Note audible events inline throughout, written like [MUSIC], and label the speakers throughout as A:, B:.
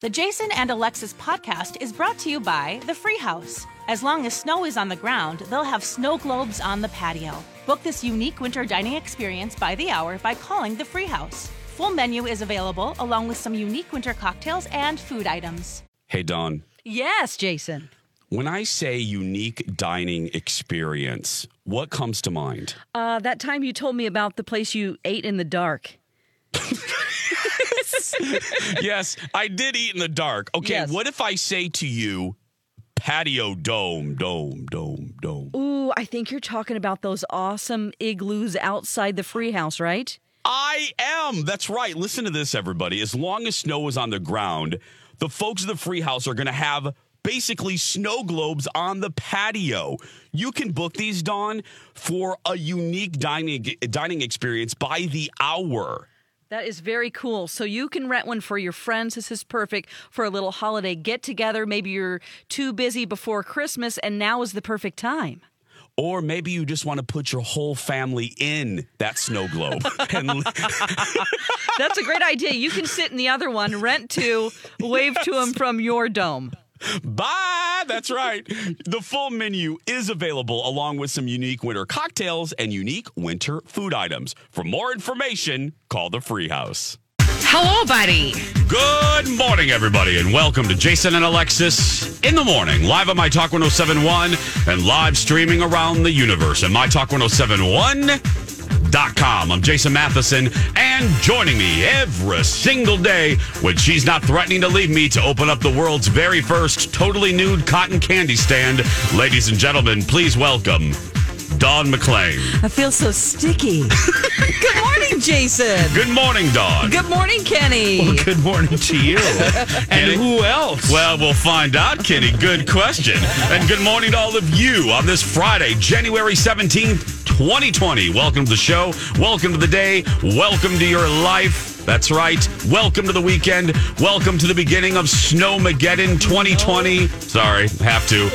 A: The Jason and Alexis podcast is brought to you by The Free House. As long as snow is on the ground, they'll have snow globes on the patio. Book this unique winter dining experience by the hour by calling The Free House. Full menu is available along with some unique winter cocktails and food items.
B: Hey, Don.
C: Yes, Jason.
B: When I say unique dining experience, what comes to mind?
C: Uh, that time you told me about the place you ate in the dark.
B: yes, I did eat in the dark. Okay,
C: Yes.
B: what if I say to you, patio dome, dome, dome, dome?
C: Ooh, I think you're talking about those awesome igloos outside the free house, right?
B: I am. That's right. Listen to this, everybody. As long as snow is on the ground, the folks of the Free House are going to have basically snow globes on the patio. You can book these, Don, for a unique dining dining experience by the hour.
C: That is very cool. So you can rent one for your friends. This is perfect for a little holiday get together. Maybe you're too busy before Christmas, and now is the perfect time.
B: Or maybe you just want to put your whole family in that snow globe. and
C: That's a great idea. You can sit in the other one, rent two, wave to 'em to them from your dome.
B: bye. That's right. The full menu is available along with some unique winter cocktails and unique winter food items. For more information, call the Free House.
D: Hello, buddy.
B: Good morning, everybody, and welcome to Jason and Alexis in the morning, live on My Talk 1071 and live streaming around the universe at MyTalk1071.com. I'm Jason Matheson, and joining me every single day when she's not threatening to leave me to open up the world's very first totally nude cotton candy stand, ladies and gentlemen, please welcome Dawn McClain.
E: I feel so sticky.
C: [LAUGHS]
E: Good morning, Jason.
B: Good morning, Dawn.
E: Good morning, Kenny.
F: [LAUGHS] Good morning to you.
B: [LAUGHS]
F: and
B: Kenny?
F: who else?
B: Well, we'll find out, Kenny. Good question. And good morning to all of you on this Friday, January 17th, 2020. Welcome to the show. Welcome to the day. Welcome to your life. That's right. Welcome to the weekend. Welcome to the beginning of Snowmageddon 2020. Sorry, have to.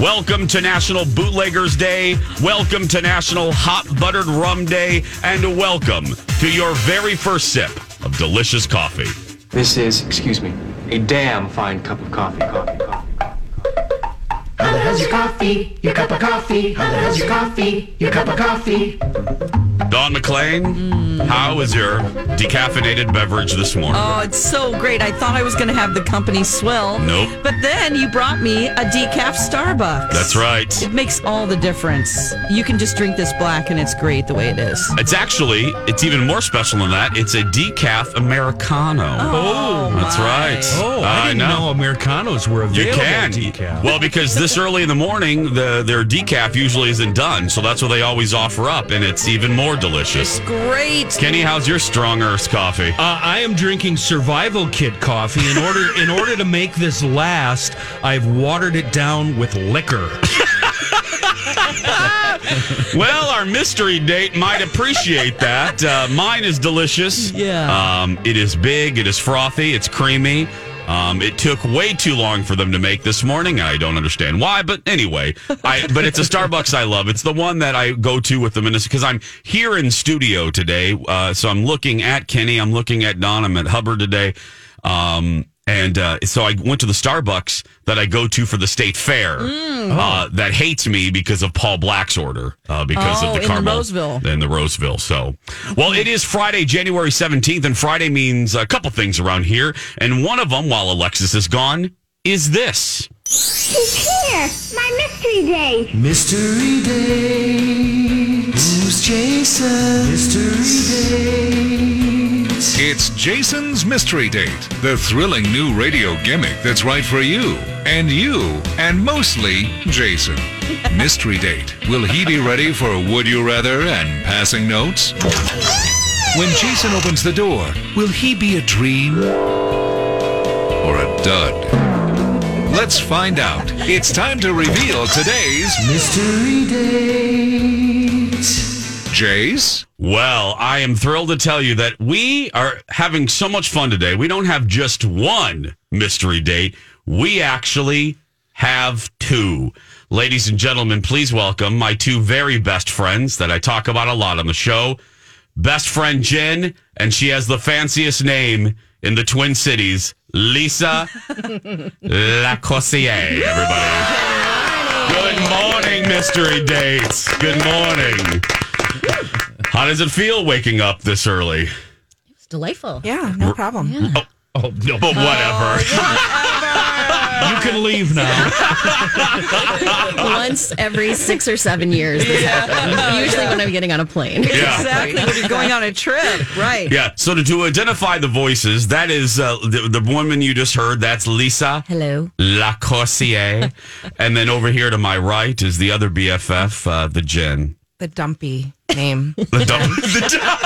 B: Welcome to National Bootleggers Day. Welcome to National Hot Buttered Rum Day. And welcome to your very first sip of delicious coffee.
G: This is, excuse me, a damn fine cup of coffee. Coffee, coffee, coffee. Holla has your coffee, your cup of coffee. Holla has your coffee, your cup of coffee.
B: Don McLean, how is your decaffeinated beverage this morning?
E: Oh, it's so great. I thought I was going to have the company swill.
B: Nope.
E: But then you brought me a decaf Starbucks.
B: That's right.
E: It makes all the difference. You can just drink this black and it's great the way it is.
B: It's actually, it's even more special than that. It's a decaf Americano.
E: Oh,
B: That's
E: my.
B: right.
F: oh, I, didn't know. Americanos were
B: You
F: available.
B: can.
F: Decaf.
B: Well, because this early in the morning, the their decaf usually isn't done. So that's what they always offer up, and it's even more delicious.
E: Great.
B: Kenny, how's your strong earth coffee?
F: Uh, I am drinking Survival Kit coffee in order in order to make this last. I've watered it down with liquor.
B: Well, our mystery date might appreciate that. Uh, mine is delicious.
E: Yeah.
B: Um, it is big. It is frothy. It's creamy. Um, it took way too long for them to make this morning. I don't understand why, but anyway, I but it's a Starbucks I love. It's the one that I go to with the minister because I'm here in studio today. Uh, so I'm looking at Kenny. I'm looking at Don. I'm at Hubbard today. Um, and uh, so I went to the Starbucks that I go to for the state fair
E: Mm.
B: uh, that hates me because of Paul Black's order uh, because
E: Oh,
B: of
E: in
B: the
E: the
B: caramel
E: Roseville.
B: in the Roseville. So, well, it is Friday, January 17th, and Friday means a couple things around here. And one of them, while Alexis is gone, is this.
H: It's here, my mystery date.
I: Mystery date. Who's Jason? Mystery date.
J: It's Jason's Mystery Date, the thrilling new radio gimmick that's right for you, and you, and mostly Jason.
B: [LAUGHS]
J: Mystery Date. Will he be ready for Would You Rather and passing notes? When Jason opens the door, will he be a dream? or a dud? Let's find out. It's time to reveal today's
I: Mystery date.
J: Jays.
B: Well, I am thrilled to tell you that we are having so much fun today. We don't have just one mystery date, we actually have two. Ladies and gentlemen, please welcome my two very best friends that I talk about a lot on the show. Best friend Jen, and she has the fanciest name in the Twin Cities, [LAUGHS] Lisa Lacossier, everybody. Good morning, mystery dates. Good morning. How does it feel waking up this early?
D: It's delightful.
K: Yeah, no problem.
B: Oh, oh, no, but whatever.
F: You can leave now.
D: [LAUGHS] Once every six or seven years. This happens. Usually when I'm getting on a plane.
B: Yeah.
K: Exactly. When you're going on a trip, right?
B: Yeah. So to, to identify the voices, that is uh, the, the woman you just heard. That's Lisa
D: Hello.
B: Lacossier, and then over here to my right is the other BFF, uh, the Jen.
K: The dumpy name.
B: [LAUGHS] The dump. the dump.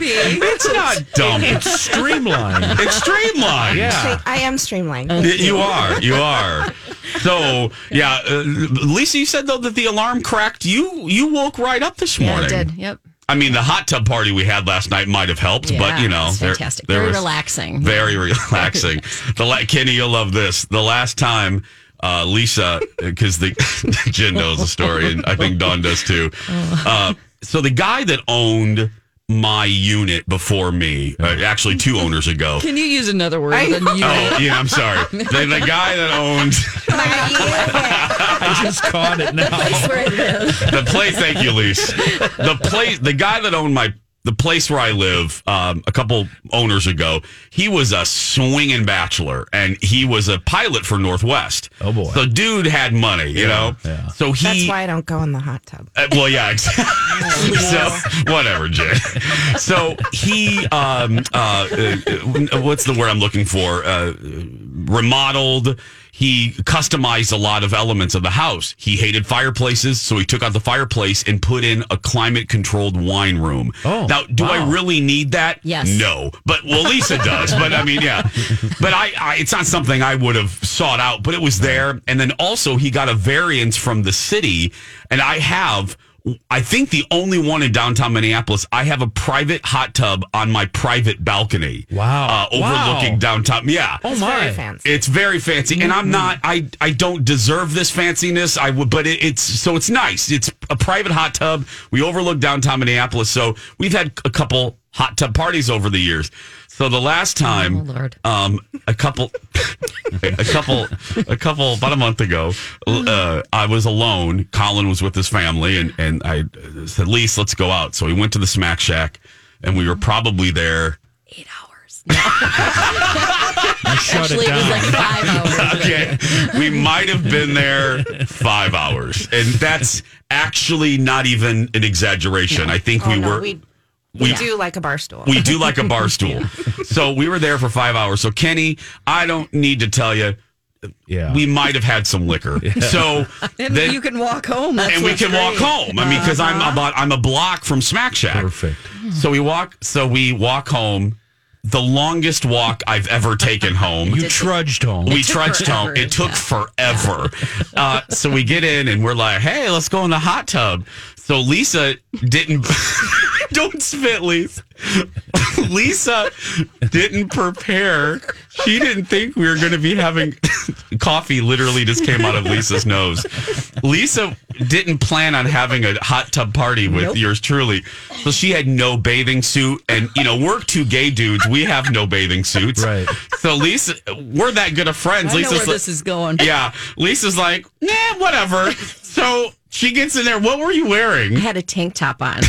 B: It's not dumb.
F: It's streamlined.
B: It's streamlined.
F: Yeah.
K: I am streamlined.
B: Y-
D: [LAUGHS]
B: You are. You are. So yeah, uh, Lisa, you said though that the alarm cracked. You you woke right up this
D: Yeah, I
B: morning.
D: did. Yep.
B: I mean, the hot tub party we had last night might have helped, but
D: Yeah,
B: you know,
D: it's
B: there-
D: fantastic.
B: there
D: Very
B: was-
D: relaxing.
B: Very
D: [LAUGHS]
B: relaxing. the la- Kenny, you'll love this. The last time. Uh, Lisa, because the [LAUGHS] Jen knows the story, and I think Don does
D: [LAUGHS]
B: too. Uh, so the guy that owned my unit before me, uh, actually two owners ago.
E: Can you use another word?
K: I
E: than
F: [LAUGHS]
E: you
B: Oh, yeah, I'm sorry. The, the guy that owned
F: I just caught it now.
B: the place. Thank you, Lise. The place. The guy that owned my the place where I live um, a couple owners ago. He was a swinging bachelor, and he was a pilot for Northwest.
F: Oh, boy.
B: The dude had money, you know.
F: yeah.
B: So he.
K: That's why I don't go in the hot tub.
B: Uh, well, yeah, exactly. [LAUGHS] so whatever, Jay. So he, um, uh, uh, what's the word I'm looking for? Uh, remodeled. He customized a lot of elements of the house. He hated fireplaces, so he took out the fireplace and put in a climate controlled wine room.
F: Oh,
B: now do I
F: wow.
B: really need that?
D: Yes.
B: No, but well, Lisa does. But I mean, yeah. But I, I, it's not something I would have sought out. But it was there, and then also he got a variance from the city, and I have. I think the only one in downtown Minneapolis. I have a private hot tub on my private balcony.
F: Wow.
B: uh, overlooking
F: Wow.
B: downtown. Yeah,
F: Oh,
K: Very
F: my.
K: fancy.
B: it's very fancy, and I'm not. I I don't deserve this fanciness. I would, but it, it's so it's nice. It's a private hot tub. We overlook downtown Minneapolis, so we've had a couple hot tub parties over the years. So the last time,
D: Oh, Lord.
B: um, a couple, a couple, a couple, about a month ago, uh, I was alone. Colin was with his family, and and I said, "Lise, let's go out." So we went to the Smack Shack, and we were probably there.
D: Eight hours.
F: You shut
D: Actually,
F: it
D: it was
F: down.
D: like five hours.
B: okay. We might have been there five hours. And that's actually not even an exaggeration. I think
K: Oh,
B: we
K: no,
B: were.
K: we,
B: we-
K: we do like a bar stool.
B: we do like a
K: [LAUGHS]
B: bar stool. So we were there for five hours. So, Kenny, I don't need to tell you,
F: yeah.
B: we might have had some liquor.
K: [LAUGHS]
B: So,
E: And
B: then-
E: you can walk home. That's
B: and we
E: what's
B: can walk
E: great.
B: home. I mean, because
K: Uh-huh.
B: I'm about I'm a block from Smack Shack.
F: Perfect.
B: So we walk. So we walk home. The longest walk I've ever taken home.
F: you trudged home.
B: we trudged home.
D: forever,
B: It took forever. Uh, so we get in and we're like, hey, let's go in the hot tub. So Lisa didn't. [LAUGHS] Don't spit, Lisa. [LAUGHS] Lisa didn't prepare. She didn't think we were going to be having [LAUGHS] coffee. Literally, just came out of Lisa's nose. Lisa didn't plan on having a hot tub party with yours truly, so she had no bathing suit. And you know, we're two gay dudes. We have no bathing suits,
F: Right.
B: So Lisa, we're that good of friends.
E: I know
B: Lisa's
E: where
B: like-
E: this is going.
B: yeah, Lisa's like, nah, whatever. So she gets in there. What were you wearing?
D: I had a tank top on. I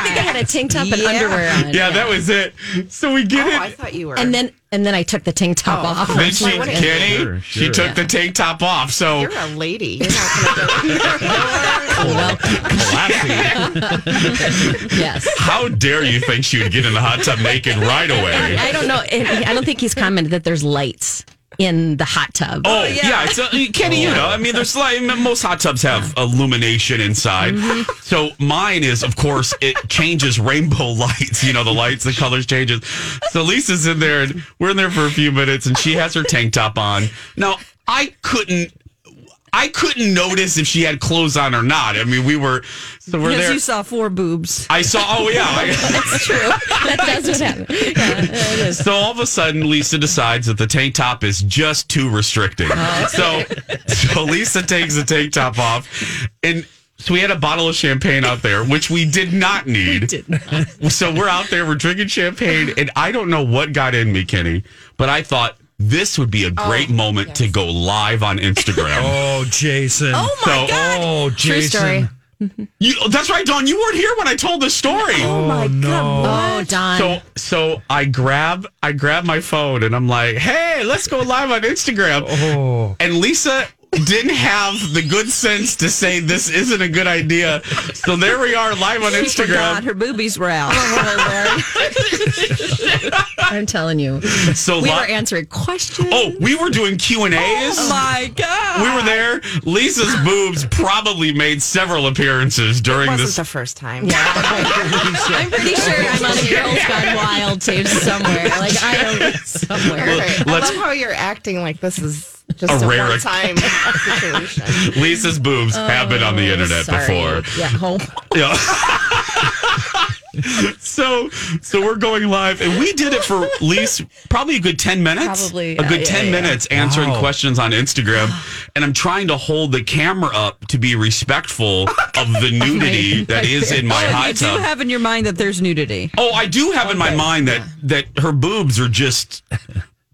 D: think I had a tank top and
E: Yeah.
D: underwear on.
B: Yeah, that was it. So we get
K: Oh,
B: in.
K: I thought you were.
D: And then and then I took the tank top off.
B: Then she,
D: Like, what is-
B: Kenny,
F: Sure,
B: she
F: sure.
B: took the tank top off. So
K: you're a lady. You're not
B: [LAUGHS]
K: gonna go.
F: Classy.
D: yes.
B: how dare you think she would get in the hot tub naked right away?
D: I don't know. I don't think he's commented that there's lights
A: in the hot tub.
B: Oh yeah, it's a, Kenny. You know, I mean, there's like most hot tubs have illumination inside. So mine is, of course, it changes rainbow [LAUGHS] lights. You know, the lights, the colors changes. So Lisa's in there, and we're in there for a few minutes, and she has her tank top on. Now I couldn't. I couldn't notice if she had clothes on or not. I mean, we were so we're
L: Because
B: there.
L: you saw four
E: [LAUGHS]
L: boobs.
B: I saw. Oh yeah,
A: That's true. That does what happen.
E: [LAUGHS]
B: So all of a sudden, Lisa decides that the tank top is just too restricting. so, so Lisa takes the tank top off, and so we had a bottle of champagne out there, which we did not need. So we're out there, we're drinking champagne, and I don't know what got in me, Kenny, but I thought this would be a great moment to go live on Instagram.
M: Oh, Jason.
B: Oh, my So- God.
M: Oh,
B: True
M: Jason.
B: story. You, that's right, Don. You weren't here when I told this story.
M: Oh, my God.
A: Oh, Don.
B: So so I grab I grab my phone and I'm like, hey, let's go live on Instagram. And Lisa didn't have the good sense to say this isn't a good idea. So there we are live
E: [LAUGHS]
B: on
L: She forgot
B: Instagram.
L: her boobies were
A: [LAUGHS]
L: out.
A: Oh, I'm telling you.
B: So
A: we
B: li-
A: were answering questions.
B: Oh, we were doing Q and A's.
L: Oh my god!
B: we were there. Lisa's boobs probably made several appearances during
N: Wasn't
B: this.
N: the first time.
A: I'm pretty sure I'm on the Girls
B: [LAUGHS]
A: Gone Wild tape somewhere. Like I don't somewhere.
N: All right. I
B: Let's-
N: love how you're acting like this is just
B: A
N: a,
B: rare-
N: one time [LAUGHS] situation.
B: Lisa's boobs have been
E: Oh,
B: on the internet
A: Sorry.
B: before.
A: Yeah,
B: [LAUGHS]
A: home.
B: Yeah. so so we're going live and we did it for at least probably a good 10 minutes
N: Probably,
B: a good
N: yeah,
B: 10
N: yeah, yeah.
B: minutes answering
M: Wow.
B: questions on instagram and i'm trying to hold the camera up to be respectful of the nudity that is in
E: Oh,
B: my
L: You
B: hot
L: do
B: tub
L: have in your mind that there's nudity.
B: oh i do have in my mind that that her boobs are just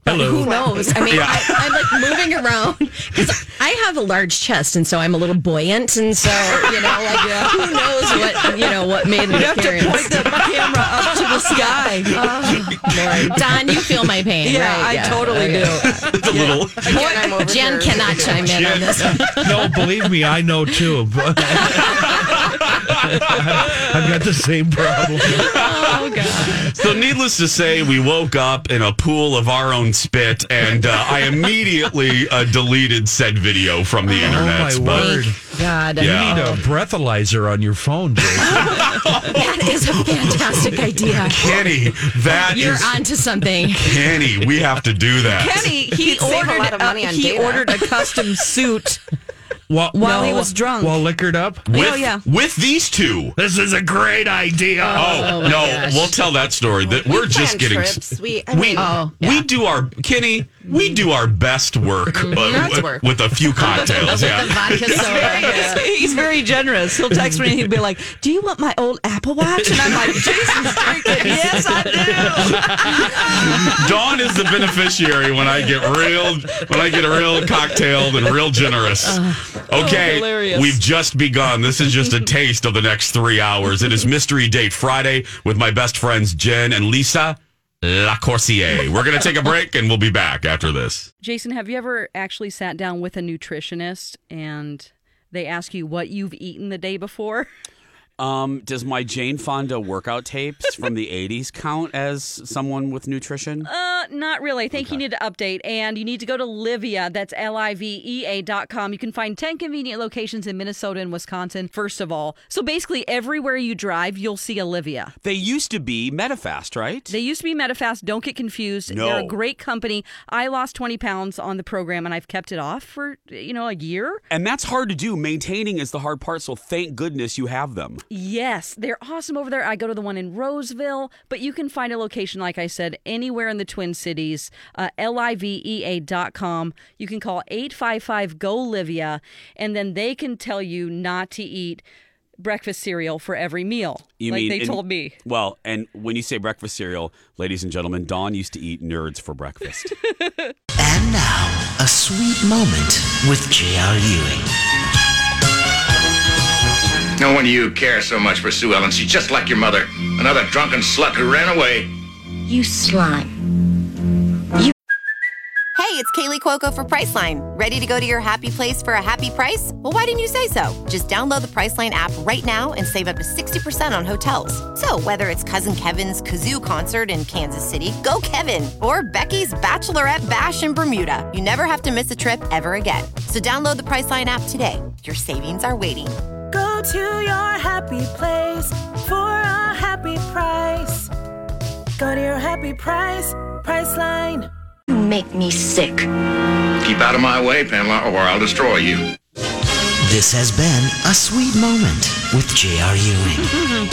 A: Who knows? I mean,
B: Yeah.
A: I,
L: [LAUGHS]
A: I'm like moving around because I have a large chest, and so I'm a little buoyant, and so you know, like who knows what you know what made an
L: You have to
A: appearance. Oh,
L: point the camera up to the sky.
A: Don, you feel my pain,
L: yeah,
A: right?
L: I totally do.
B: [LAUGHS] it's a little
N: Again, I'm over
A: Jan
N: here.
A: cannot chime in on this.
M: [LAUGHS] No, believe me, I know too. I've [LAUGHS] got the same problem.
A: Oh,
B: So, needless to say, we woke up in a pool of our own spit, and uh, I immediately uh, deleted said video from the
M: Oh my
B: internet.
M: word!
A: God,
B: Yeah.
M: You need a breathalyzer on your phone, Jason.
A: [LAUGHS] that is a fantastic idea.
B: Kenny, that
A: You're
B: is
A: onto something.
B: Kenny. We have to do that.
L: Kenny, he
N: save a
L: ordered uh,
N: lot of money on
L: he
N: data.
L: ordered a custom suit.
M: While,
L: While he was drunk.
M: while liquored up.
B: with,
L: Oh, yeah.
B: with these two.
M: This is a great idea.
B: Oh,
A: my
B: no,
A: gosh.
B: we'll tell that story. That
N: We
B: we're just
N: plan
B: getting
N: trips. We, I
B: We,
N: mean,
A: Oh, yeah.
B: we do our Kenny. We do our best work, uh,
N: That's
B: with,
N: work.
B: with a few cocktails.
A: The
B: yeah,
A: vodka soda.
L: He's very generous. He'll text me and he'll be like, "Do you want my old Apple Watch?" And I'm
B: [LAUGHS]
L: like, "Jason's drinking." Yes, I do.
B: Dawn is the beneficiary when I get real when I get real cocktailed and real generous.
E: Oh,
B: Okay,
L: hilarious.
B: we've just begun. This is just a taste of the next three hours. It is mystery date Friday with my best friends Jen and Lisa Lacorsier. We're gonna take a break and we'll be back after this.
E: Jason, have you ever actually sat down with a nutritionist and they ask you what you've eaten the day before?
K: Um, does my Jane Fonda workout tapes from the 80s count as someone with nutrition?
E: Uh, not really. I think you need to update, and you need to go to Livia. That's L I V E A dot com. You can find 10 convenient locations in Minnesota and Wisconsin, first of all. So basically, everywhere you drive, you'll see Olivia.
K: They used to be MetaFast, right?
E: They used to be MetaFast. Don't get confused.
K: No.
E: They're a great company. I lost 20 pounds on the program, and I've kept it off for, you know, a year.
K: and that's hard to do. Maintaining is the hard part, so thank goodness you have them.
E: Yes, they're awesome over there. I go to the one in Roseville, but you can find a location, like I said, anywhere in the Twin Cities, uh, livea.com. You can call 855 GO Livia, and then they can tell you not to eat breakfast cereal for every meal,
K: You
E: like
K: mean-
E: they
K: and-
E: told me.
K: Well, and when you say breakfast cereal, ladies and gentlemen, Dawn used to eat nerds for breakfast.
O: And now, a sweet moment with J.R. Ewing.
P: No wonder you care so much for Sue Ellen. She's just like your mother. Another drunken slut who ran away.
Q: You slime. You
D: Hey, it's
R: Kaylee Cuoco for Priceline. Ready to go to your happy place for a happy price? Well, why didn't you say so? Just download the Priceline app right now and save up to 60% on hotels. So, whether it's Cousin Kevin's Kazoo concert in Kansas City, go Kevin, or Becky's Bachelorette Bash in Bermuda, you never have to miss a trip ever again. So, download the Priceline app today. Your savings are waiting.
S: Go to your happy place for a happy price. Go to your happy price, Priceline.
H: You make me sick.
P: Keep out of my way, Pamela, or I'll destroy you.
I: This has been a sweet moment with J.R. Ewing.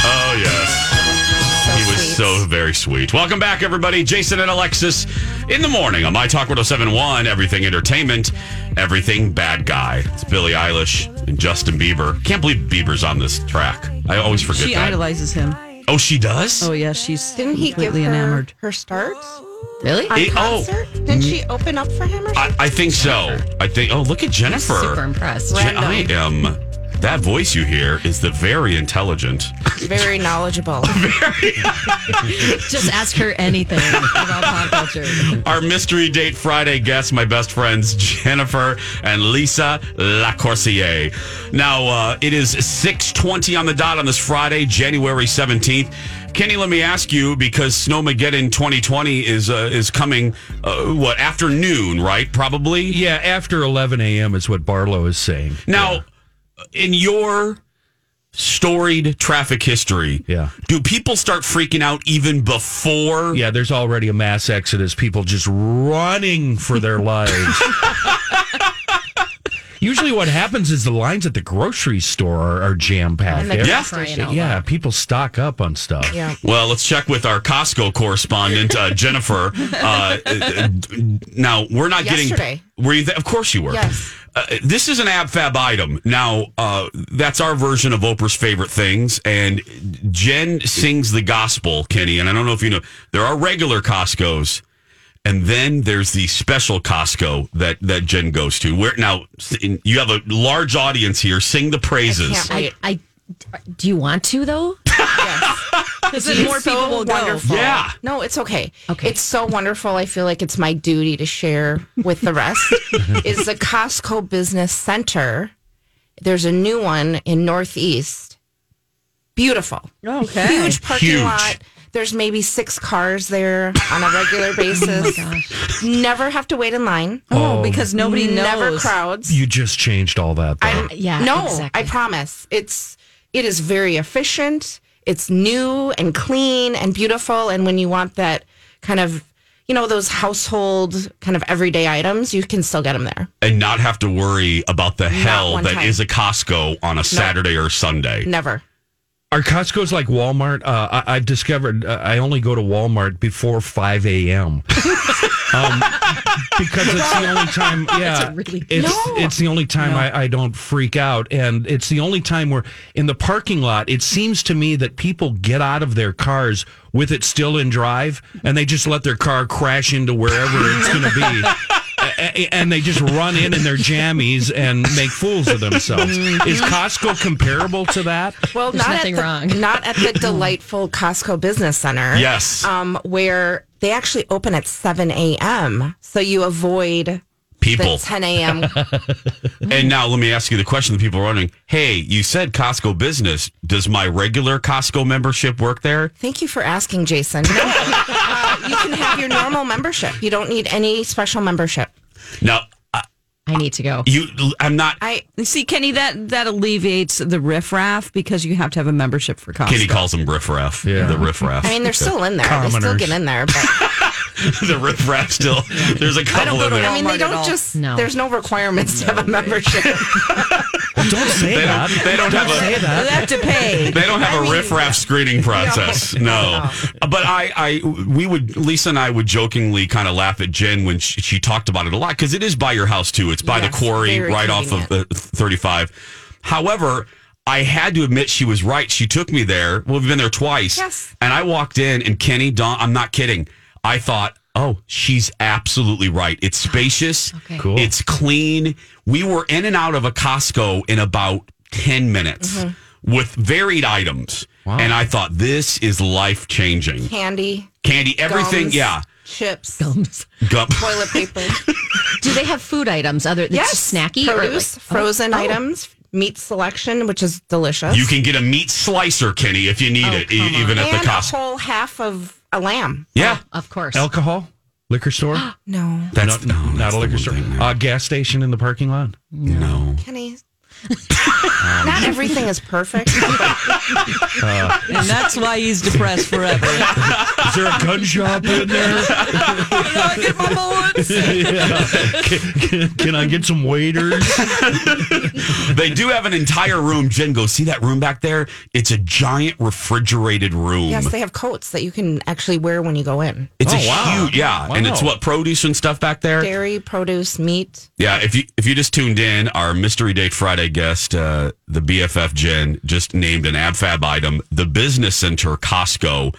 B: Oh yes. he was so very sweet. Welcome back, everybody. Jason and Alexis in the morning on My Talk 1071, Everything Entertainment, Everything Bad Guy. It's Billie Eilish and Justin Bieber. Can't believe Bieber's on this track. I always forget
E: She
B: that.
E: idolizes him.
B: oh, she does?
E: Oh yeah, she's
K: Didn't he give her
E: completely enamored.
K: her starts?
B: Really?
K: On
B: He- oh.
K: concert? Didn't she open up for him? Or
B: I, I think so. I think. Oh, look at Jennifer.
K: super impressed.
B: Je- I am. That voice you hear is the very intelligent.
K: something? Very knowledgeable.
D: Just ask her anything about pop culture.
B: Our mystery date Friday guests, my best friends Jennifer and Lisa Lacorsier. Now uh, it is six twenty on the dot on this Friday, January seventeenth. Kenny, let me ask you because Snowmageddon twenty twenty is uh, is coming. Uh, what afternoon? Right? Probably.
F: Yeah, after 11 a.m. is what Barlow is saying.
B: Now, in your storied traffic history,
F: Yeah.
B: do people start freaking out even before?
F: Yeah, there's already a mass exodus. People just running for
K: [LAUGHS]
F: their lives. Usually, what happens is the lines at the grocery store are, are jam packed.
B: And the Yeah. grocery and all
F: yeah, people stock up on stuff.
K: Yeah.
B: Well, let's check with our Costco correspondent, uh,
K: [LAUGHS]
B: Jennifer. Uh, uh, d- now, we're not
K: Yesterday.
B: getting. Were you? Th- of course you were.
K: Yes.
B: Uh, this is an ab fab item. Now, uh, that's our version of Oprah's favorite things. And Jen sings the gospel, Kenny. And I don't know if you know, there are regular Costco's. And then there's the special Costco that, that Jen goes to. Where now s- in- you have a large audience here. Sing the praises.
D: I, I, do you want
B: [LAUGHS]
D: to though?
K: Because then more people will wonderful.
B: go. Yeah.
K: No, it's okay. Okay. It's so wonderful. I feel like it's my duty to share with the
F: [LAUGHS]
K: rest. is the Costco Business Center. There's a new one in Northeast. Beautiful.
C: Okay.
K: Huge parking
C: Huge.
K: lot. There's maybe six cars there on a
F: [LAUGHS]
K: regular basis. Never have to wait in line.
F: Oh, because
E: nobody
K: Never
E: knows.
K: crowds.
F: You just changed all that. Though.
K: I'm, yeah, no, I promise. It's it is very efficient. It's new and clean and beautiful. And when you want that kind of, you know, those household kind of everyday items, you can still get them there.
B: and not have to worry about the hell
K: one
B: that is
K: time.
B: a Costco on a Saturday or Sunday.
K: Never.
F: Are Costco's like Walmart? Uh, I, I've discovered uh, I only go to Walmart before 5 a.m. [LAUGHS] um, because it's the only time. Yeah, it's it's the only time I, I don't freak out, and it's the only time where in the parking lot. It seems to me that people get out of their cars with it still in drive, and they just let their car crash into wherever it's going to be. A- a- And they just run in in their jammies and make fools of themselves. Is Costco comparable to that?
K: Well,
D: There's
K: not
D: nothing
K: at the,
D: wrong.
K: [LAUGHS] Not
D: [LAUGHS]
K: at the delightful Costco Business Center.
F: Yes.
K: Um, where they actually open at seven a.m. So you avoid
B: People.
K: The ten a.m.
B: And now let me ask you the question that people are wondering. Hey, you said Costco business. Does my regular Costco membership work there?
K: Thank you for asking, Jason. No, uh, you can have your normal membership. You don't need any special membership.
B: No. I,
D: I need to go.
B: You I'm not
K: I
E: see, Kenny. That that alleviates the riffraff because you have to have a membership for Costco.
B: Kitty calls them riffraff. Yeah. The riffraff.
K: I
B: [LAUGHS]
K: mean, they're still in there. They still get in there, but
B: the riffraff still. There's a couple in there.
K: I mean, they
E: Walmart at
K: don't
E: all.
K: just.
E: No.
K: There's no requirements to have a membership.
F: don't say
B: they
F: that.
B: Don't, they don't, have a.
F: say that.
E: They have to pay.
B: They don't have a
T: [LAUGHS]
B: riffraff screening process. No, but I, I, we would Lisa and I would jokingly kind of laugh at Jen when she, she talked about it a lot because it is by your house too. It's by
T: Yes,
B: the quarry
T: very
B: right off of the 35. However. I had to admit she was right. She took me there. Well, we've been there twice.
T: Yes.
B: And I walked in, and Kenny, Don, I'm not kidding. I thought, oh, she's absolutely right. It's spacious.
T: Okay.
B: Cool.
T: Cool.
B: It's clean. We were in and out of a Costco in about 10 minutes
K: Mhm.
B: with varied items. And I thought, this is life changing.
K: Candy.
B: Candy, everything,
K: Gums.
B: yeah.
K: chips,
D: Gums.
B: Gum.
K: toilet paper,
D: Do they have food items other than
K: yes,
D: snacky or
K: produce,
D: like-
K: frozen
D: Oh.
K: items, meat selection, which is delicious.
B: You can get a meat slicer, Kenny, if you need it, e- even at
K: Oh, and
B: the Costco.
K: a whole half of a lamb.
B: yeah,
D: of course.
F: Alcohol, liquor store.
K: [GASPS] No,
F: That's not, not a liquor store. Uh, gas station in the parking lot.
B: No.
K: Kenny. Not everything is perfect.
F: Uh,
E: And that's why he's depressed forever.
F: is there a gun shop in
E: [LAUGHS]
F: there? Yeah. [LAUGHS] Can, can I get some waiters?
K: [LAUGHS]
B: they do have an entire room. Jen goes, see that room back there? It's a giant refrigerated room.
K: yes, they have coats that you can actually wear when you go in.
B: it's a huge, yeah, and it's what produce and stuff back there.
K: dairy, produce, meat.
B: Yeah, if you if you just tuned in, our mystery date Friday guest, uh, the BFF Jen, just named an AbFab item, the business center Costco.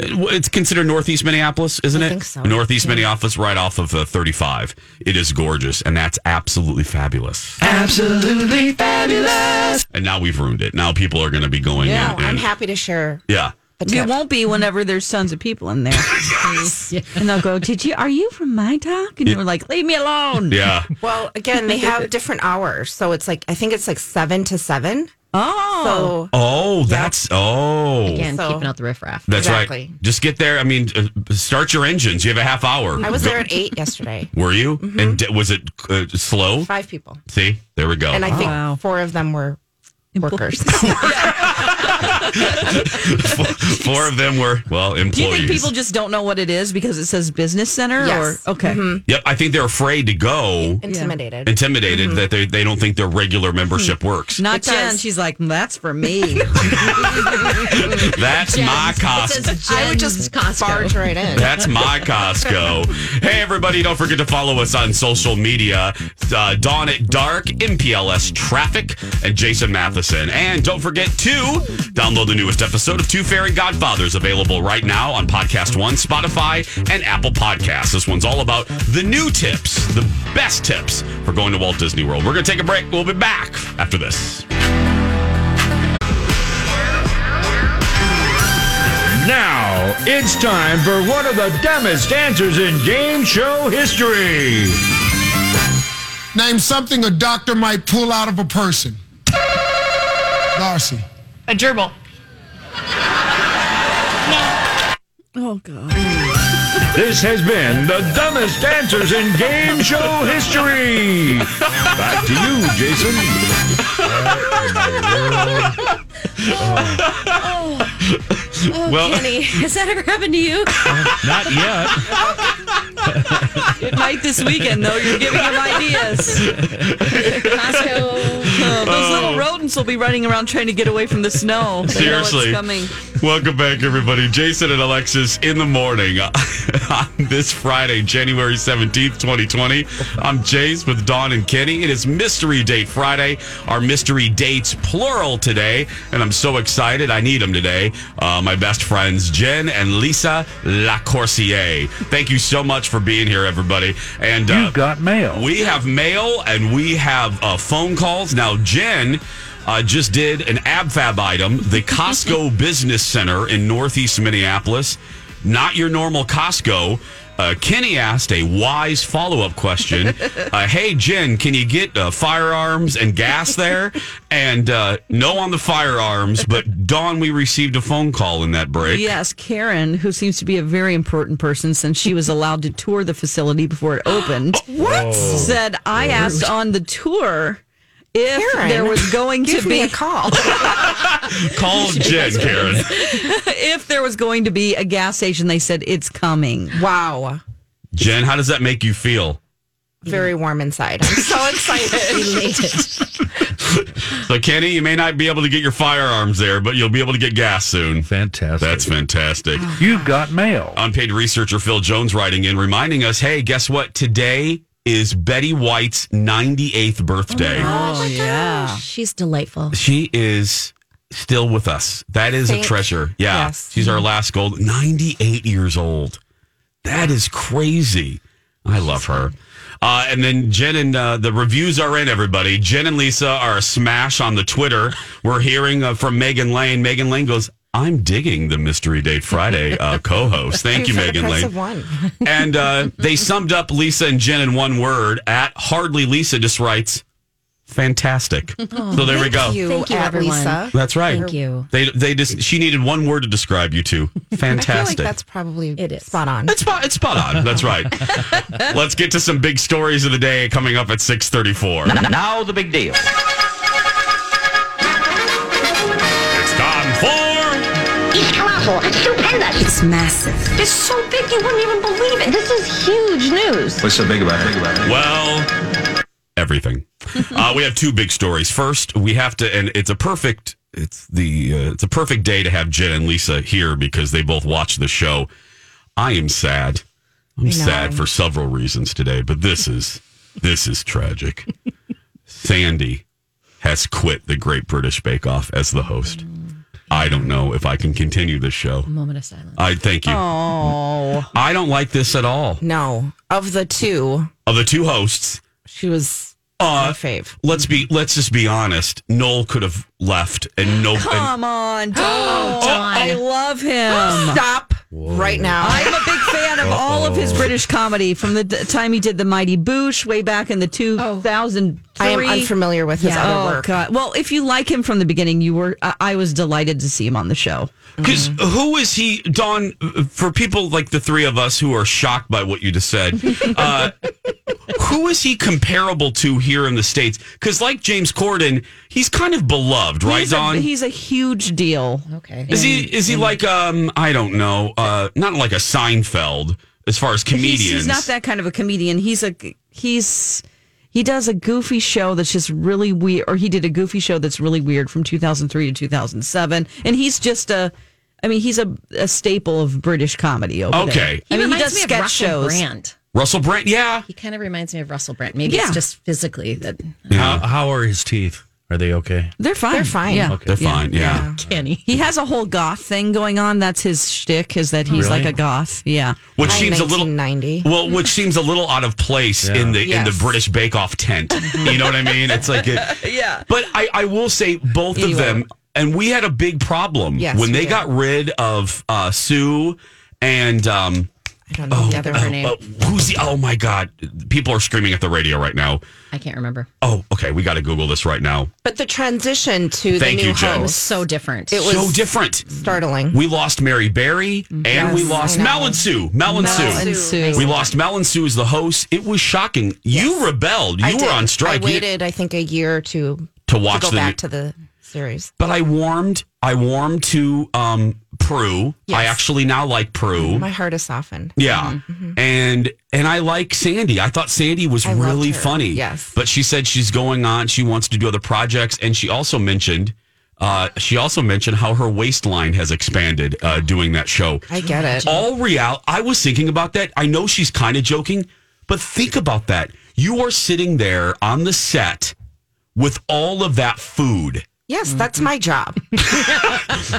B: Uh, It's considered Northeast Minneapolis, isn't it?
K: think so.
B: Northeast Minneapolis, right off of uh, 35. It is gorgeous, and that's absolutely fabulous.
I: Absolutely fabulous.
B: And now we've ruined it. Now people are going to be going
K: Yeah,
B: in.
K: I'm
B: and-
K: happy to share.
B: Yeah.
E: It won't be whenever there's tons of people in
F: [LAUGHS]
E: there. [LAUGHS] And they'll go, Did you, are you from my talk? And you're like, Leave me alone.
K: [LAUGHS]
B: Yeah.
K: Well, again, they [LAUGHS] have different hours, so it's like I think it's like seven to seven.
E: Oh,
B: Oh, that's oh.
D: Again,
K: So-
D: keeping out the riffraff.
B: That's
K: Exactly.
B: right. Just get there. I mean, uh, start your engines. You have a half hour.
K: I was
B: Go-
K: there
F: [LAUGHS]
K: at Mm-hmm. eight yesterday.
B: Were you? And d- was it uh, slow?
K: Five people,
B: See, there we go. [LAUGHS]
K: and I think four of them were workers. [LAUGHS]
B: four, four of them were well employees.
E: Do you think people just don't know what it is because it says business center?
K: Yes. Mm-hmm.
E: Or okay,
B: Yep, I think they're afraid to go.
K: Intimidated. Mm-hmm.
B: Intimidated that they, they don't think their regular membership works.
E: not
K: It does.
E: Jen. She's like, "Mm, that's for
K: [LAUGHS]
E: me.
B: [LAUGHS] That's my Costco.
K: I would just barge right in.
B: That's my Costco. Hey, everybody, don't forget to follow us on social media. Uh, Dawn at Dark, MPLS Traffic, and Jason Matheson. And don't forget to download the newest episode of Two Fairy Godfathers, available right now on Podcast One, Spotify, and Apple Podcasts. This one's all about the new tips, the best tips for going to Walt Disney World. We're going to take a break. We'll be back after this.
T: Now it's time for one of the dumbest answers in game show history.
U: Name something a doctor might pull out of a person. Darcy.
H: A gerbil.
E: oh god.
T: This has been the dumbest answers in game show history. Back to you, Jason.
D: Oh,
T: Well-
D: Kenny, has that ever happened to you?
T: Not yet.
E: It might this weekend though. You're giving
B: [LAUGHS]
E: him ideas.
B: Oh.
E: Uh, those little rodents will be running around trying to get away from the snow. They know it's
B: Seriously.
E: coming.
B: Welcome back, everybody. Jason and Alexis in the morning [LAUGHS] on this Friday, January 17th, 2020. I'm Jace with Dawn and Kenny. It is Mystery Date Friday. Our mystery dates, plural, today. And I'm so excited. I need them today. Uh, my best friends, Jen and Lisa LaCourcier. Thank you so much for being here, everybody. And uh,
T: You've got mail.
B: we have mail and we have uh, phone calls. Now, Jen uh, just did an AbFab item, the Costco Business Center in Northeast Minneapolis. Not your normal Costco. Uh, Kenny asked a wise follow up question. Uh, hey, Jen, can you get uh, firearms and gas there? And uh, no on the firearms, but Dawn, we received a phone call in that break.
E: Yes, Karen, who seems to be a very important person since she was allowed to tour the facility before it
B: [GASPS]
E: opened.
K: what?
E: Said I asked on the tour if
K: Karen,
E: there was going
K: give
E: to
K: me
E: be [LAUGHS]
K: a call.
B: Call Jen, Karen.
E: if there was going to be a gas station. They said it's coming.
K: Wow.
B: Jen, how does that make you feel?
K: Very warm inside.
E: [LAUGHS]
K: I'm so excited.
B: So, Kenny, you may not be able to get your firearms there, but you'll be able to get gas soon.
T: Fantastic.
B: That's fantastic.
T: You've got mail.
B: Unpaid researcher Phil Jones writing in, reminding us hey, guess what? Today is Betty White's 98th birthday.
D: Oh, yeah. She's delightful.
B: She is still with us. That is
D: Thank-
B: a treasure. Yeah.
D: yes.
B: She's our last gold. 98 years old. That is crazy. I love her. Uh, and then Jen and uh, the reviews are in, everybody. Jen and Lisa are a smash on the Twitter. We're hearing uh, from Megan Lane. Megan Lane goes, I'm digging the Mystery Date Friday
K: [LAUGHS]
B: uh, co host. Thank you,
K: For the
B: Megan
K: price
B: Lane.
K: of one.
B: And uh, they summed up Lisa and Jen in one word. At Hardly Lisa just writes, fantastic. so there we go.
K: Oh, Thank you,
D: Thank you,
K: at
D: everyone.
K: Lisa.
B: That's right.
D: Thank you.
B: They they just she needed one word to describe you two.
K: [LAUGHS] I feel like
B: Fantastic.
K: that's probably it is. spot on.
B: It's spot, it's spot on. That's [LAUGHS] right. Let's get to some big stories of the day coming up at 6:34. Now the big deal. It's time for
H: It's colossal. It's stupendous. It's massive. It's so big you wouldn't even believe it. This is huge news.
P: What's so big about it?
B: well [LAUGHS] everything. uh, we have two big stories. First, we have to and it's a perfect it's the uh, it's a perfect day to have Jen and Lisa here because they both watch the show. I am sad. I'm
V: I know.
B: sad for several reasons today, but this is this is tragic. Sandy has quit the Great British Bake Off as the host. I don't know if I can continue this show.
D: Moment of silence.
B: I thank you.
K: Oh.
B: I don't like this at all.
K: No. Of the two,
B: Of the two hosts,
K: she was
B: uh,
K: my fave.
B: let's be let's just be honest. Noel could have left, and no. and-
C: Come
K: [GASPS]
C: on, Don. I love him.
K: Stop right now.
E: I'm a big fan of all of his
B: Uh-oh.
E: British comedy from the d- time he did The Mighty Boosh way back in the 2003.
K: Oh. I am unfamiliar with his other
E: oh,
K: work.
E: God. Well, if you like him from the beginning, you were. I, I was delighted to see him on the show.
B: Because
E: Mm-hmm.
B: who is he, Don? For people like the three of us who are shocked by what you just
E: [LAUGHS]
B: said, uh, who is he comparable to here in the states? Because like James Corden, he's kind of beloved, right,
E: he's
B: Don?
E: A, Mm-hmm. he's a huge deal.
D: Okay.
B: is he is he like um I don't know, uh, not like a Seinfeld as far as comedians?
E: He's, he's not that kind of a comedian. He's a he's he does a goofy show that's just really weird, or he did a goofy show that's really weird from 2003 to 2007, and he's just a. I mean, he's a, a staple of British comedy. Over
B: Okay.
E: there. I mean, he
D: reminds
E: does
D: me of
E: sketch
D: Russell
E: shows.
D: Brand.
B: Russell Brand, yeah.
D: He kind of reminds me of Russell Brand. Maybe
E: Yeah.
D: it's just physically that
F: How, how are his teeth? Are they okay?
E: They're fine.
K: They're fine.
E: Yeah.
F: They're fine. Yeah.
D: Kenny.
E: He has a whole goth thing going on. That's his shtick. Is that he's
F: Really?
E: like a goth? Yeah.
B: Which seems a little
K: 1990.
B: well, which seems a little out of place in the in
K: Yes. Mm-hmm.
B: the British Bake Off tent. you know what I mean? It's like
K: [LAUGHS]
B: it,
E: Yeah.
B: But I, I will say both of them, and we had a big problem
K: Yes,
B: when
K: we
B: they
K: did.
B: got rid of uh, Sue and um,
D: I don't know the other her name.
B: uh, who's the? Oh my God! People are screaming at the radio right now.
D: I can't remember.
B: Oh, okay, we got to Google this right now.
K: But the transition to
B: Thank
K: the new
B: you, Jen.
D: It was
K: host,
D: so different.
K: it was
B: so different.
K: startling.
B: We lost Mary Berry and
K: Yes,
B: we lost
K: I know.
B: Mel and Sue. Mel and
E: Mel
B: Sue.
E: and Sue.
B: We lost Mel and Sue as the host. It was shocking. You rebelled. You
K: I
B: were
K: did.
B: on strike.
K: I
B: You-
K: waited, I think, a year to
B: To watch
K: go
B: the-
K: back to the series.
B: but I warmed. I warmed to um, Prue. I
K: Yes. Mm-hmm.
B: actually now like Prue.
K: My heart is softened.
B: Yeah. And and I like Sandy. I thought Sandy was
K: loved
B: really
K: her.
B: funny.
K: Yes.
B: But she said she's going on, she wants to do other projects and she also mentioned uh, she also mentioned how her waistline has expanded uh, doing that show.
K: I get it.
B: All real I was thinking about that. I know she's kind of joking, but think about that. You are sitting there on the set with all of that food.
K: Yes, that's
B: [LAUGHS]
K: my job.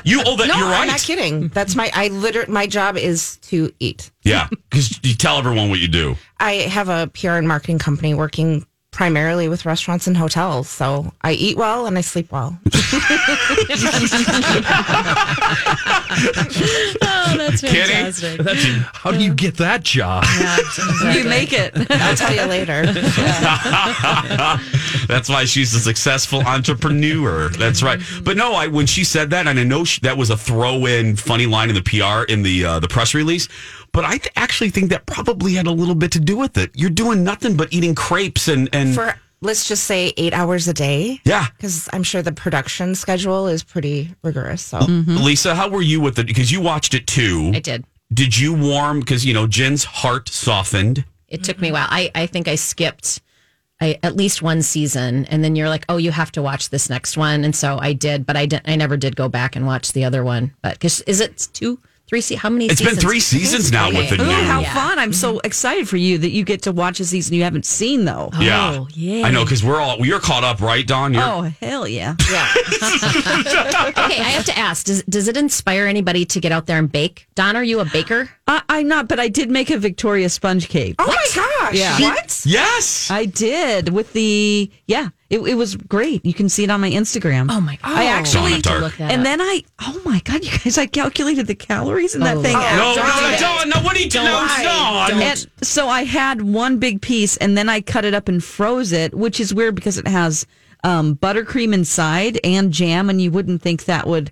B: You oh that
K: [LAUGHS] no,
B: you're right.
K: I'm not kidding. That's my I literally my job is to eat.
B: Yeah, cuz you tell everyone what you do.
K: I have a PR and marketing company working primarily with restaurants and hotels. So I eat well and I
B: [LAUGHS]
K: sleep well. [LAUGHS]
D: Oh, that's
B: Kidding?
D: fantastic.
F: That's- how do you get that job?
E: You make it.
K: I'll tell you later.
B: [LAUGHS] That's why she's a successful entrepreneur. That's right. But no, I when she said that, and I know she, that was a throw-in funny line in the PR in the uh, the press release. But I th- actually think that probably had a little bit to do with it. You're doing nothing but eating crepes and and
K: For let's just say eight hours a day.
B: yeah.
K: Because I'm sure the production schedule is pretty rigorous. So
B: Lisa, how were you with it? Because you watched it too.
D: Mm-hmm. I did.
B: Did you warm? Because you know Jen's heart softened.
D: It took me a while. I, I think I skipped I, at least one season, and then you're like, oh, you have to watch this next one, and so I did, but I didn't. I never did go back and watch the other one. But 'cause is it two, three? Se- how many?
B: It's been
D: seasons?
B: three seasons now with the
D: Okay.
E: Ooh,
B: new-
E: Oh, how
D: Yeah.
E: fun! I'm so
K: Mm-hmm.
E: excited for you that you get to watch a season you haven't seen though.
K: Oh.
B: yeah.
D: Oh, yeah.
B: I know because we're all you're caught up, right, Don? You're,
E: Oh hell yeah!
D: okay, I have to ask: Does does it inspire anybody to get out there and bake? Don, are you a baker?
E: I, I'm not, but I did make a Victoria sponge cake.
K: Oh my gosh.
E: Yeah.
K: What?
B: Yes.
E: I did with the yeah. It, it was great. You can see it on my Instagram. Oh my
D: God.
E: I
D: Oh.
E: actually
D: Sauna Tark. Look that
E: and
D: up.
E: then I oh my god, you guys! I calculated the calories in that
D: Oh,
E: thing.
D: Lord.
E: after
D: No,
E: I
D: no,
E: did
D: no,
E: it.
D: no, what are you- Don't. no, no,
B: [LAUGHS]
D: don't.
E: And so I had one big piece, and then I cut it up and froze it, which is weird because it has um, buttercream inside and jam, and you wouldn't think that would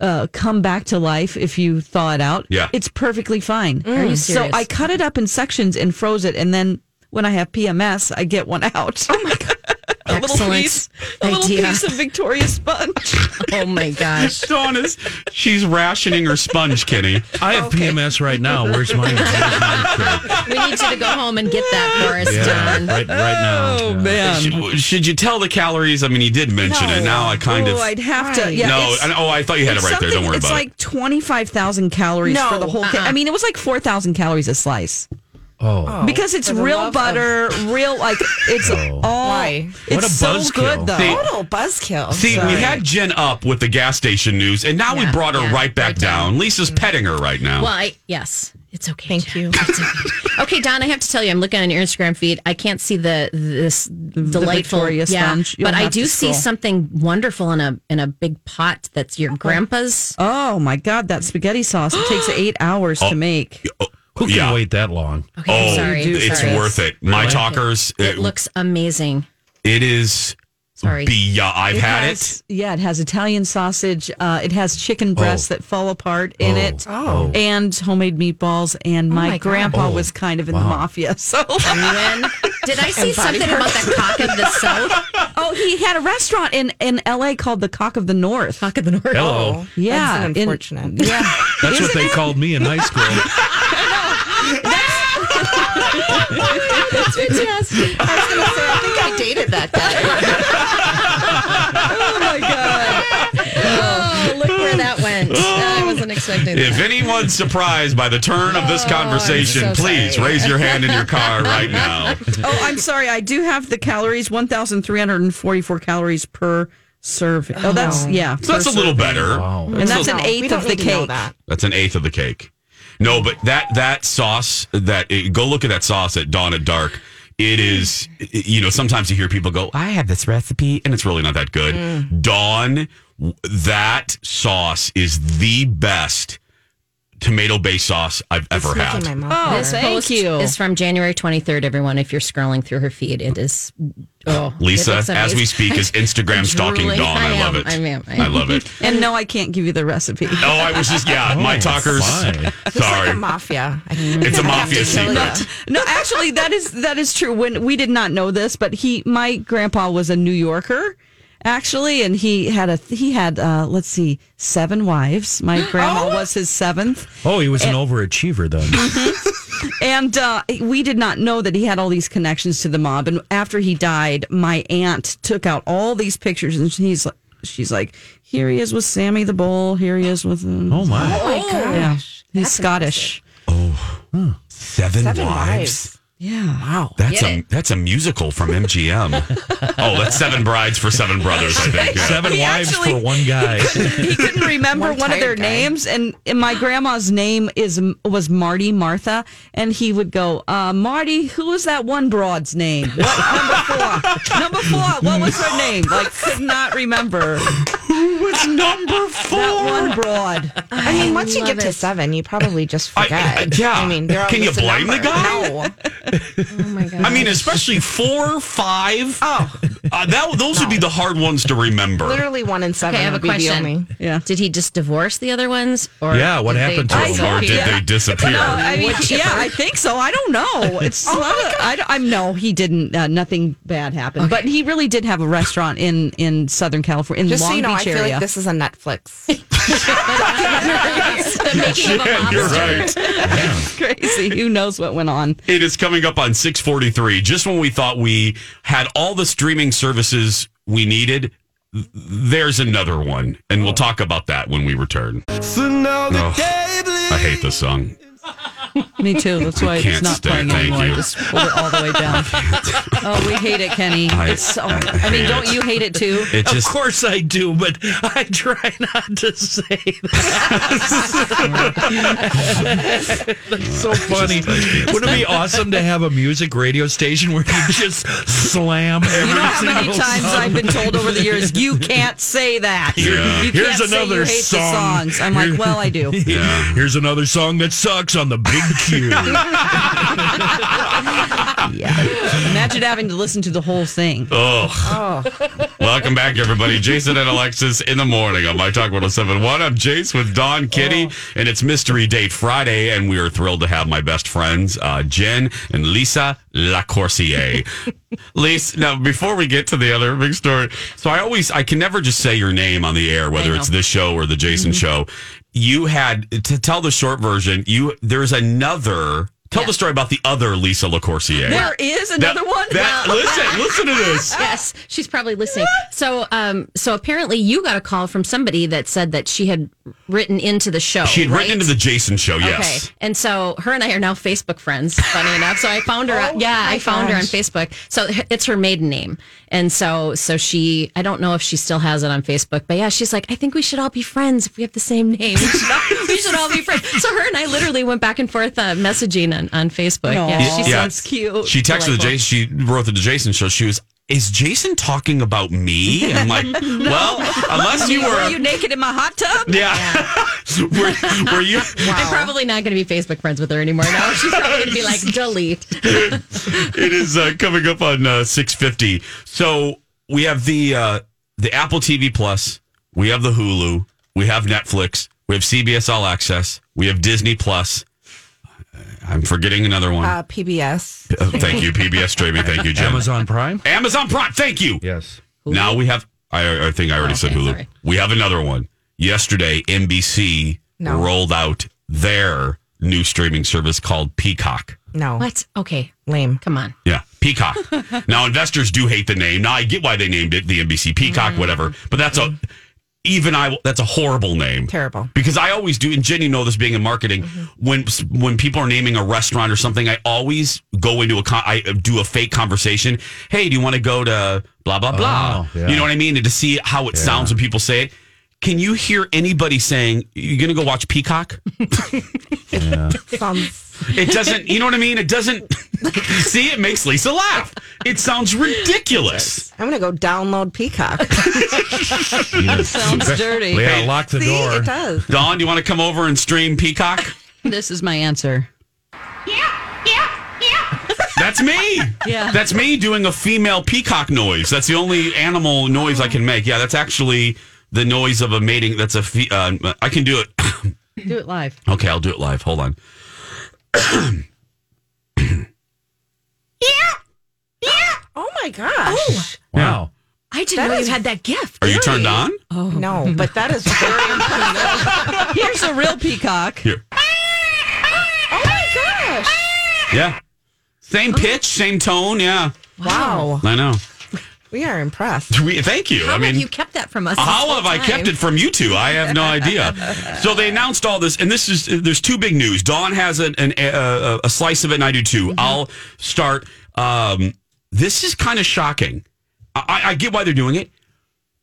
E: uh, come back to life if you thaw it out.
B: Yeah.
E: It's perfectly fine.
D: Mm. Are you
E: so
D: serious?
E: I cut it up in sections and froze it. And then when I have PMS, I get one out. Oh my God. [LAUGHS] a little
D: Excellent
E: piece, a little
D: idea.
E: piece of Victoria sponge.
B: [LAUGHS]
D: Oh my gosh.
B: Dawn is she's rationing her sponge, Kenny.
F: I have PMS right now. Where's
B: [LAUGHS]
F: mine?
D: We need you to go home and get that for us,
F: Yeah,
D: Don.
F: right, right now.
E: Oh man.
B: Should, should you tell the calories? I mean, you did mention it. Now I kind
E: oh,
B: of.
E: I'd have to. Yeah,
B: no.
E: it's-
B: I, oh, I thought you had it
E: it's
B: right there. Don't
E: something-
B: worry
E: it's
B: about
E: like 25,000 calories
K: No,
E: for the whole thing.
K: uh-uh.
E: I mean, it was like 4,000 calories a slice.
F: Oh.
E: because it's
K: for the
E: real
K: love [LAUGHS]
E: butter, real, like, it's
B: Oh.
E: all.
K: Why?
E: It's
F: What a
E: so
F: buzzkill.
E: good, though.
B: See-
K: Total buzzkill.
B: it. See, we had Jen up with the gas station news, and now we brought her right back down. Lisa's petting her right now.
D: Well, I, yes, it's okay. Thank you. [LAUGHS] okay, Don, I have to tell you, I'm looking on your Instagram feed. I can't see the this delightful,
E: Victoria sponge. You'll
D: but I
E: have to
D: do see
E: scroll.
D: something wonderful in a in a big pot that's your grandpa's.
E: Oh my god, that spaghetti sauce! It
K: [GASPS]
E: takes eight hours to make.
F: Who can wait that long?
D: Okay,
B: oh,
D: sorry,
B: it's
D: sorry.
B: worth it. My
F: Really?
B: talkers,
D: It
B: it,
D: looks amazing.
B: it is.
D: Sorry.
B: Beyond, I've had it.
E: has- Yeah, it has Italian sausage. Uh, it has chicken breasts that fall apart in
F: Oh.
E: it,
F: Oh.
E: and homemade meatballs. And my,
D: my God.
E: grandpa
F: Oh,
E: was kind of in the
F: wow.
E: mafia, [LAUGHS] so
D: Gwen, did
E: [LAUGHS]
D: I see
K: And body
D: something about the cock of the south?
E: oh, he had a restaurant in in L.A. called the Cock of the North.
D: Cock of the north.
F: Hello.
E: [LAUGHS] Oh. yeah,
K: That's
E: in- [LAUGHS]
K: unfortunate.
E: yeah,
F: That's what they called me in high school.
D: That's fantastic.
K: I was gonna say, I think I dated that guy.
E: oh my god,
D: Oh, look where that went. I wasn't expecting
B: If
D: that.
B: anyone's surprised by the turn of this conversation,
D: so
B: please
D: sorry.
B: raise your hand in your car right now.
E: oh, I'm sorry. I do have the calories: one thousand three hundred and forty-four calories per serving. Oh, that's yeah.
B: So that's
E: per
B: a little
E: serving.
B: better.
F: Wow.
E: and that's
K: No,
E: an
K: we
E: eighth
K: don't
E: of the
K: need to know
E: cake.
K: that.
B: That's an eighth of the cake. No, but that that sauce that eh, go look at that sauce at dawn at dark. It is eh, you know sometimes you hear people go I have this recipe and it's really not that good. Dawn that sauce is the best tomato based sauce I've ever had.
K: Making my mouth
E: Oh,
D: This
E: thank
D: post
E: you.
D: is from January 23rd, everyone. If you're scrolling through her feed, it is. Oh, it
B: Lisa,
D: looks
B: as we
D: amazing.
B: speak, is Instagram stalking
D: Drooling.
B: Dawn. I,
D: I
B: love
D: am.
B: it.
D: I am. I am.
B: I love it.
E: And no, I can't give you the recipe.
B: Oh, I was just yeah, my
F: Oh,
B: talkers. [LAUGHS]
F: fine.
B: Sorry,
K: like a mafia. I
B: it's a mafia
K: really
B: secret.
E: No, actually, that is that is true. When we did not know this, but he, my grandpa, was a New Yorker, actually, and he had a he had uh, let's see, seven wives. My grandma was his seventh,
F: Oh, he was an overachiever then.
E: and uh, we did not know that he had all these connections to the mob. And after he died, my aunt took out all these pictures, and she's like, she's like, here he is with Sammy the Bull. Here he is with. uh,
F: Oh my.
K: Oh my
E: Yeah,
K: gosh.
E: he's Scottish.
B: Seven, wives.
K: Seven wives.
E: Yeah.
F: Oh,
E: Wow.
B: That's a that's a musical from MGM. [LAUGHS] oh, that's Seven Brides for Seven Brothers. I think. yeah.
F: Seven
E: He
F: wives
E: actually-
F: for one guy.
E: he
K: [LAUGHS]
E: couldn't remember
K: One
E: one of their
K: tired guy.
E: names, and and my grandma's name is was Marty Martha, and he would go, uh, Marty, who was that one broad's name? What, number four, number four, what was her name? Like, could not remember
B: What's number four?
E: that one broad.
K: I mean, once you get to seven, you probably just forget.
B: I- I- yeah.
K: I mean, they're all
B: Can you
K: just a
B: blame the
K: number.
B: guy?
K: No.
D: Oh my god!
B: I mean, especially four, five. Oh, uh, that those would be the hard ones to remember.
K: Literally one in seven
D: Okay, I have a
K: would be the
D: question.
K: only.
E: Yeah.
D: did he just divorce the other ones? Or
F: Yeah, what
D: did they
F: happened to
D: all
F: him?
D: go-
B: or did
E: yeah.
B: they disappear?
E: I mean, yeah, I think so. I don't know.
K: Oh
E: It's not a, I, don't- I'm no, he didn't. Uh, nothing bad happened, but he really did have a restaurant in in Southern California, in
K: Just
E: Long
K: so you know, I
E: Beach
K: feel
E: area.
K: like this is a Netflix.
E: [LAUGHS]
D: the making of
B: [LAUGHS]
D: a
B: Yeah,
D: monster.
B: you're right.
E: crazy. Who knows what went on?
B: It is coming up on 643. Just when we thought we had all the streaming services we needed, th- there's another one. And we'll talk about that when we return. Oh, I hate this song.
E: Me too. That's why it's
B: Can't
E: not
B: stay,
E: playing
B: thank
E: anymore.
B: you.
E: Just pull it all the
B: [LAUGHS]
E: way down. oh, we hate it, Kenny.
B: I-
E: it's so.
B: I
E: I,
B: hate
E: mean, don't
B: it.
E: you hate it too?
B: It just-
V: of course I do, but I try [LAUGHS] not to say that. That's so funny.
F: Wouldn't it be awesome to have a music radio station where you just slam every
E: You know how many
F: single
E: times
F: song?
E: I've been told over the years, you can't say that.
F: Yeah.
E: You
F: Here's
E: can't
F: another
E: say you hate
F: song.
E: the songs. I'm like, well, I
B: [LAUGHS]
E: do.
F: Yeah. Here's another song that sucks on the big cue.
B: [LAUGHS]
E: Imagine having to listen to the whole thing.
B: Oh, welcome back, everybody. Jason and Alexis in the morning on My Talk 1071. I'm Jace with Don Kitty,
E: Oh.
B: and it's Mystery Date Friday, and we are thrilled to have my best friends, uh, Jen and Lisa
E: [LAUGHS]
B: Lacourcier. Lisa, now, before we get to the other big story, so I always, I can never just say your name on the air, whether
V: I
B: it's
V: know.
B: this show or the Jason
E: Mm-hmm.
B: show. You had, to tell the short version, you there's another, tell the story about the other Lisa Lacourcier.
E: There is another
D: That-
E: one.
B: that- listen, listen to
E: [LAUGHS]
B: this.
D: Yes, she's probably listening. So, um, so apparently you got a call from somebody that said that she had written into the show.
B: She had
D: Oh, right?
B: written into the Jason show, yes.
D: Okay. And so her and I are now Facebook friends, funny enough. So I found her. yeah, I found her on
B: gosh.
D: Facebook. So h- it's her maiden name. And so, so she, I don't know if she still has it on Facebook, but yeah, [LAUGHS] she's like, I think we should all be friends if we have the same name. We should all, we should all be friends. So her and I literally went back and forth uh, messaging on, on Facebook. Yeah, she's cute.
B: She texted the
D: Delightful.
B: Jason. She wrote to the Jason show. She was, "Is Jason talking about me?" I'm
D: [LAUGHS]
B: like,
E: No.
B: "Well, unless you were,
E: you [LAUGHS] naked in my hot tub?
B: yeah, [LAUGHS] were, were you?"
D: I'm probably not going to be Facebook friends with her anymore now. She's probably going to be like, [LAUGHS] delete.
B: It is uh, coming up on uh, six fifty. So we have the uh, the Apple TV Plus. We have the Hulu. We have Netflix. We have CBS All Access. We have Disney Plus. I'm forgetting another one.
K: Uh, PBS.
B: Uh, thank you, PBS streaming. Thank you, Jen.
F: Amazon Prime.
B: Amazon Prime. Thank you.
F: Yes.
B: Now we have. I, I think I already said Hulu.
F: sorry.
B: We have another one. Yesterday, NBC
D: No.
B: rolled out their new streaming service called Peacock.
K: No.
D: What? Okay.
K: Lame.
D: Come on.
B: Yeah, Peacock. now investors do hate the name. Now I get why they named it the NBC Peacock, whatever. But that's a even I will- that's a horrible name.
K: Terrible.
B: Because I always do, and Jen, you know this being in marketing, when when people are naming a restaurant or something, I always go into a con- I do a fake conversation. Hey, do you want to go to blah blah blah?
V: Oh, yeah.
B: You know what I mean? And to see how it sounds when people say it. Can you hear anybody saying you're going to go watch Peacock?
K: Sounds
B: It doesn't. You know what I mean? It doesn't. see, it makes Lisa laugh. It sounds ridiculous.
K: I'm gonna go download Peacock.
E: sounds dirty.
F: Yeah, lock the
K: See,
F: door.
K: it does.
B: Don, do you want to come over and stream Peacock?
E: This is my answer.
B: That's me.
E: Yeah.
B: That's me doing a female peacock noise. That's the only animal noise I can make. Yeah, that's actually the noise of a mating. That's a. Fe- uh, I can do it. [COUGHS]
E: Do it live.
B: Okay, I'll do it live. Hold
K: [COUGHS]
B: on.
K: Oh my gosh. Oh,
F: Wow.
D: I didn't
K: That
D: know
K: is-
D: you had that gift.
B: Are you turned on?
K: Oh no, but that is very impressive.
E: Here's a real peacock.
B: Here.
K: Oh my gosh.
B: Yeah. Same pitch, same tone. Yeah.
K: Wow.
B: I know.
K: We are impressed.
B: We, thank you. I
D: How
B: mean,
D: have you kept that from us? this
B: How
D: whole
B: have I
D: time?
B: kept it from you two? I have no idea.
K: [LAUGHS]
B: so they announced all this, and this is there's two big news. Dawn has an, an, a, a slice of it, and I do too.
K: Mm-hmm.
B: I'll start. Um, this is kind of shocking. I, I get why they're doing it.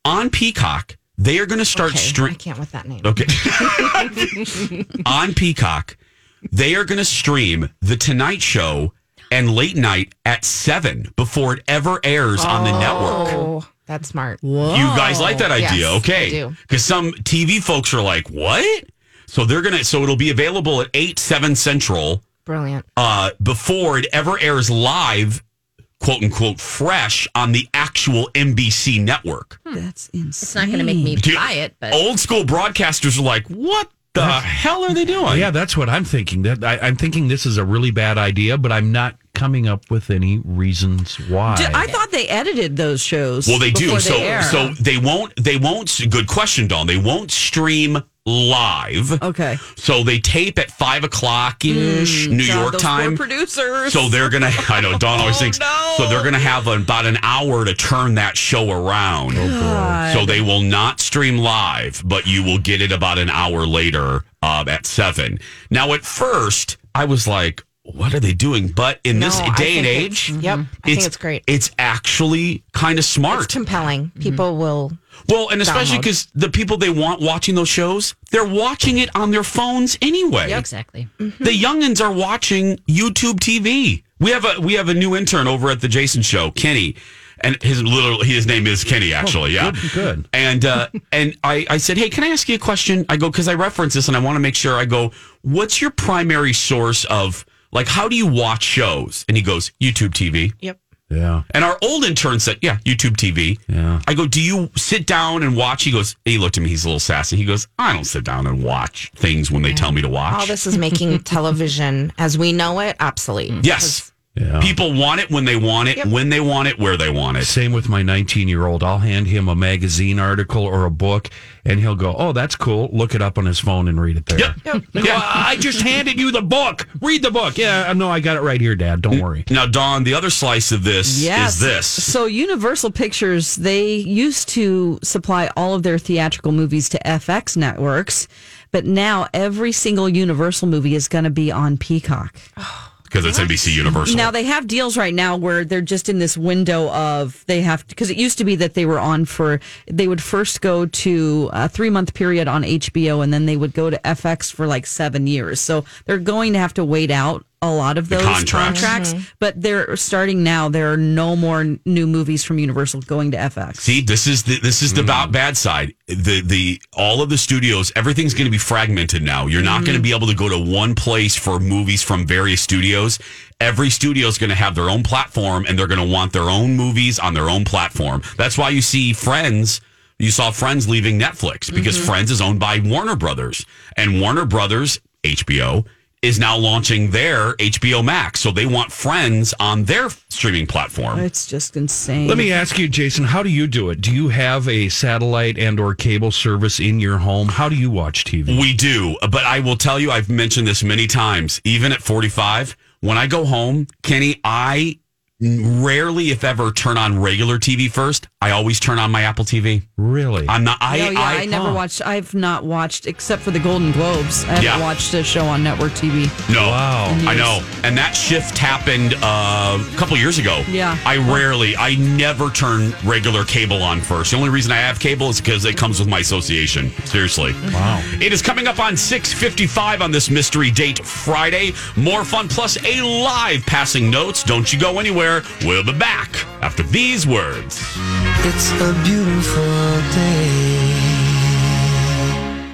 B: On Peacock, they are going to start
K: Okay, I
B: streaming.
K: can't with that name.
B: Okay.
K: [LAUGHS]
B: On Peacock, they are going to stream The Tonight Show and Late Night at 7 before it ever airs on the network.
K: Oh, that's smart.
B: You
E: Oh,
B: guys like that idea,
K: Yes, I
B: okay?
K: do.
B: Because some TV folks are like, "What?" So they're gonna. So it'll be available at eight seven central
K: Brilliant.
B: uh, before it ever airs live, quote unquote, fresh on the actual NBC network.
E: That's insane.
D: It's not going to make me
B: Do you-
D: buy it, but
B: Old school broadcasters are like, "What the hell are they doing?"
F: Yeah, that's what I'm thinking. That I, I'm thinking this is a really bad idea, but I'm not coming up with any reasons why.
E: Did- I thought they edited those shows.
B: Well, they do.
E: before
B: so
E: air.
B: so they won't. They won't. Good question, Don. They won't stream live.
E: okay.
B: So they tape at five o'clock ish
K: Hmm.
B: New
E: God,
B: York
E: those poor
B: time.
E: producers.
B: So they're gonna. [LAUGHS] I know Don
K: Oh,
B: always thinks. So they're gonna have about an hour to turn that show around.
K: Oh,
B: So they will not stream um, live, but you will get it about an hour later uh, at seven. Now, at first, I was like, what are they doing? But in this
K: No, I
B: day and
K: think
B: age,
K: it's- yep, I think it's great.
B: It's actually kind of smart.
K: It's compelling. People
A: Mm-hmm.
K: will.
B: Well, and especially
K: Download.
B: because the people they want watching those shows, they're watching it on their phones anyway.
D: Exactly.
B: The youngins are watching YouTube TV. We have a we have a new intern over at the Jason Show, Kenny, and his little his name is Kenny actually. yeah,
F: Oh, good, good. [LAUGHS]
B: And uh, and I I said, hey, can I ask you a question? I go because I reference this and I want to make sure. I go, what's your primary source of like how do you watch shows? And he goes, YouTube TV.
K: Yep.
F: Yeah.
B: And our old intern said, "Yeah, YouTube TV."
F: Yeah.
B: I go, "Do you sit down and watch?" He goes, and he looked at me. He's a little sassy. He goes, "I don't sit down and watch things when they tell me to watch."
K: All this is
E: [LAUGHS]
K: making television as we know it obsolete.
B: Yes. People want it when they want it,
K: Yep.
B: when they want it, where they want it.
F: Same with my 19 year old. I'll hand him a magazine article or a book, and he'll go, "Oh, that's cool." Look it up on his phone and read it there.
B: [LAUGHS]
F: Yeah, I just handed you the book. Read the book. Yeah, uh, no, I got it right here, Dad. Don't worry.
B: Now, Dawn, the other slice of this
E: Yes.
B: is this.
E: So Universal Pictures, they used to supply all of their theatrical movies to FX networks, but now every single Universal movie is going to be on Peacock.
B: Because it's NBC Universal.
E: Now they have deals right now where they're just in this window of they have because it used to be that they were on for they would first go to a three month period on HBO and then they would go to FX for like seven years. So they're going to have to wait out a lot of
B: The
E: those
B: contracts.
E: contracts. But they're starting now. There are no more n- new movies from Universal going to FX.
B: See, this is the this is the about bad side. The the all of the studios, everything's going to be fragmented now. You're not going to be able to go to one place for movies from various studios. Every studio is going to have their own platform, and they're going to want their own movies on their own platform. That's why you see Friends. You saw Friends leaving Netflix because Friends is owned by Warner Brothers, and Warner Brothers HBO is now launching their HBO Max. So they want Friends on their streaming platform.
E: It's just insane.
F: Let me ask you, Jason, how do you do it? Do you have a satellite and or cable service in your home? How do you watch TV?
B: We do, but I will tell you, I've mentioned this many times, even at 45. When I go home, Kenny, I rarely, if ever, turn on regular TV first. I always turn on my Apple TV.
F: Really?
B: I'm not, I,
E: No, Oh, yeah, I,
B: I,
E: never watched. I've not watched except for the Golden Globes. I haven't
B: Yeah.
E: watched a show on network TV.
B: No. Wow. I
E: Years.
B: know. And that shift happened uh, a couple years ago.
E: Yeah.
B: I rarely, I never turn regular cable on first. The only reason I have cable is because it comes with my association. Seriously.
F: Wow.
B: It is coming up on 6.55 on this mystery date Friday. More fun plus a live passing notes. Don't you go anywhere. We'll be back after these words.
I: It's a beautiful day.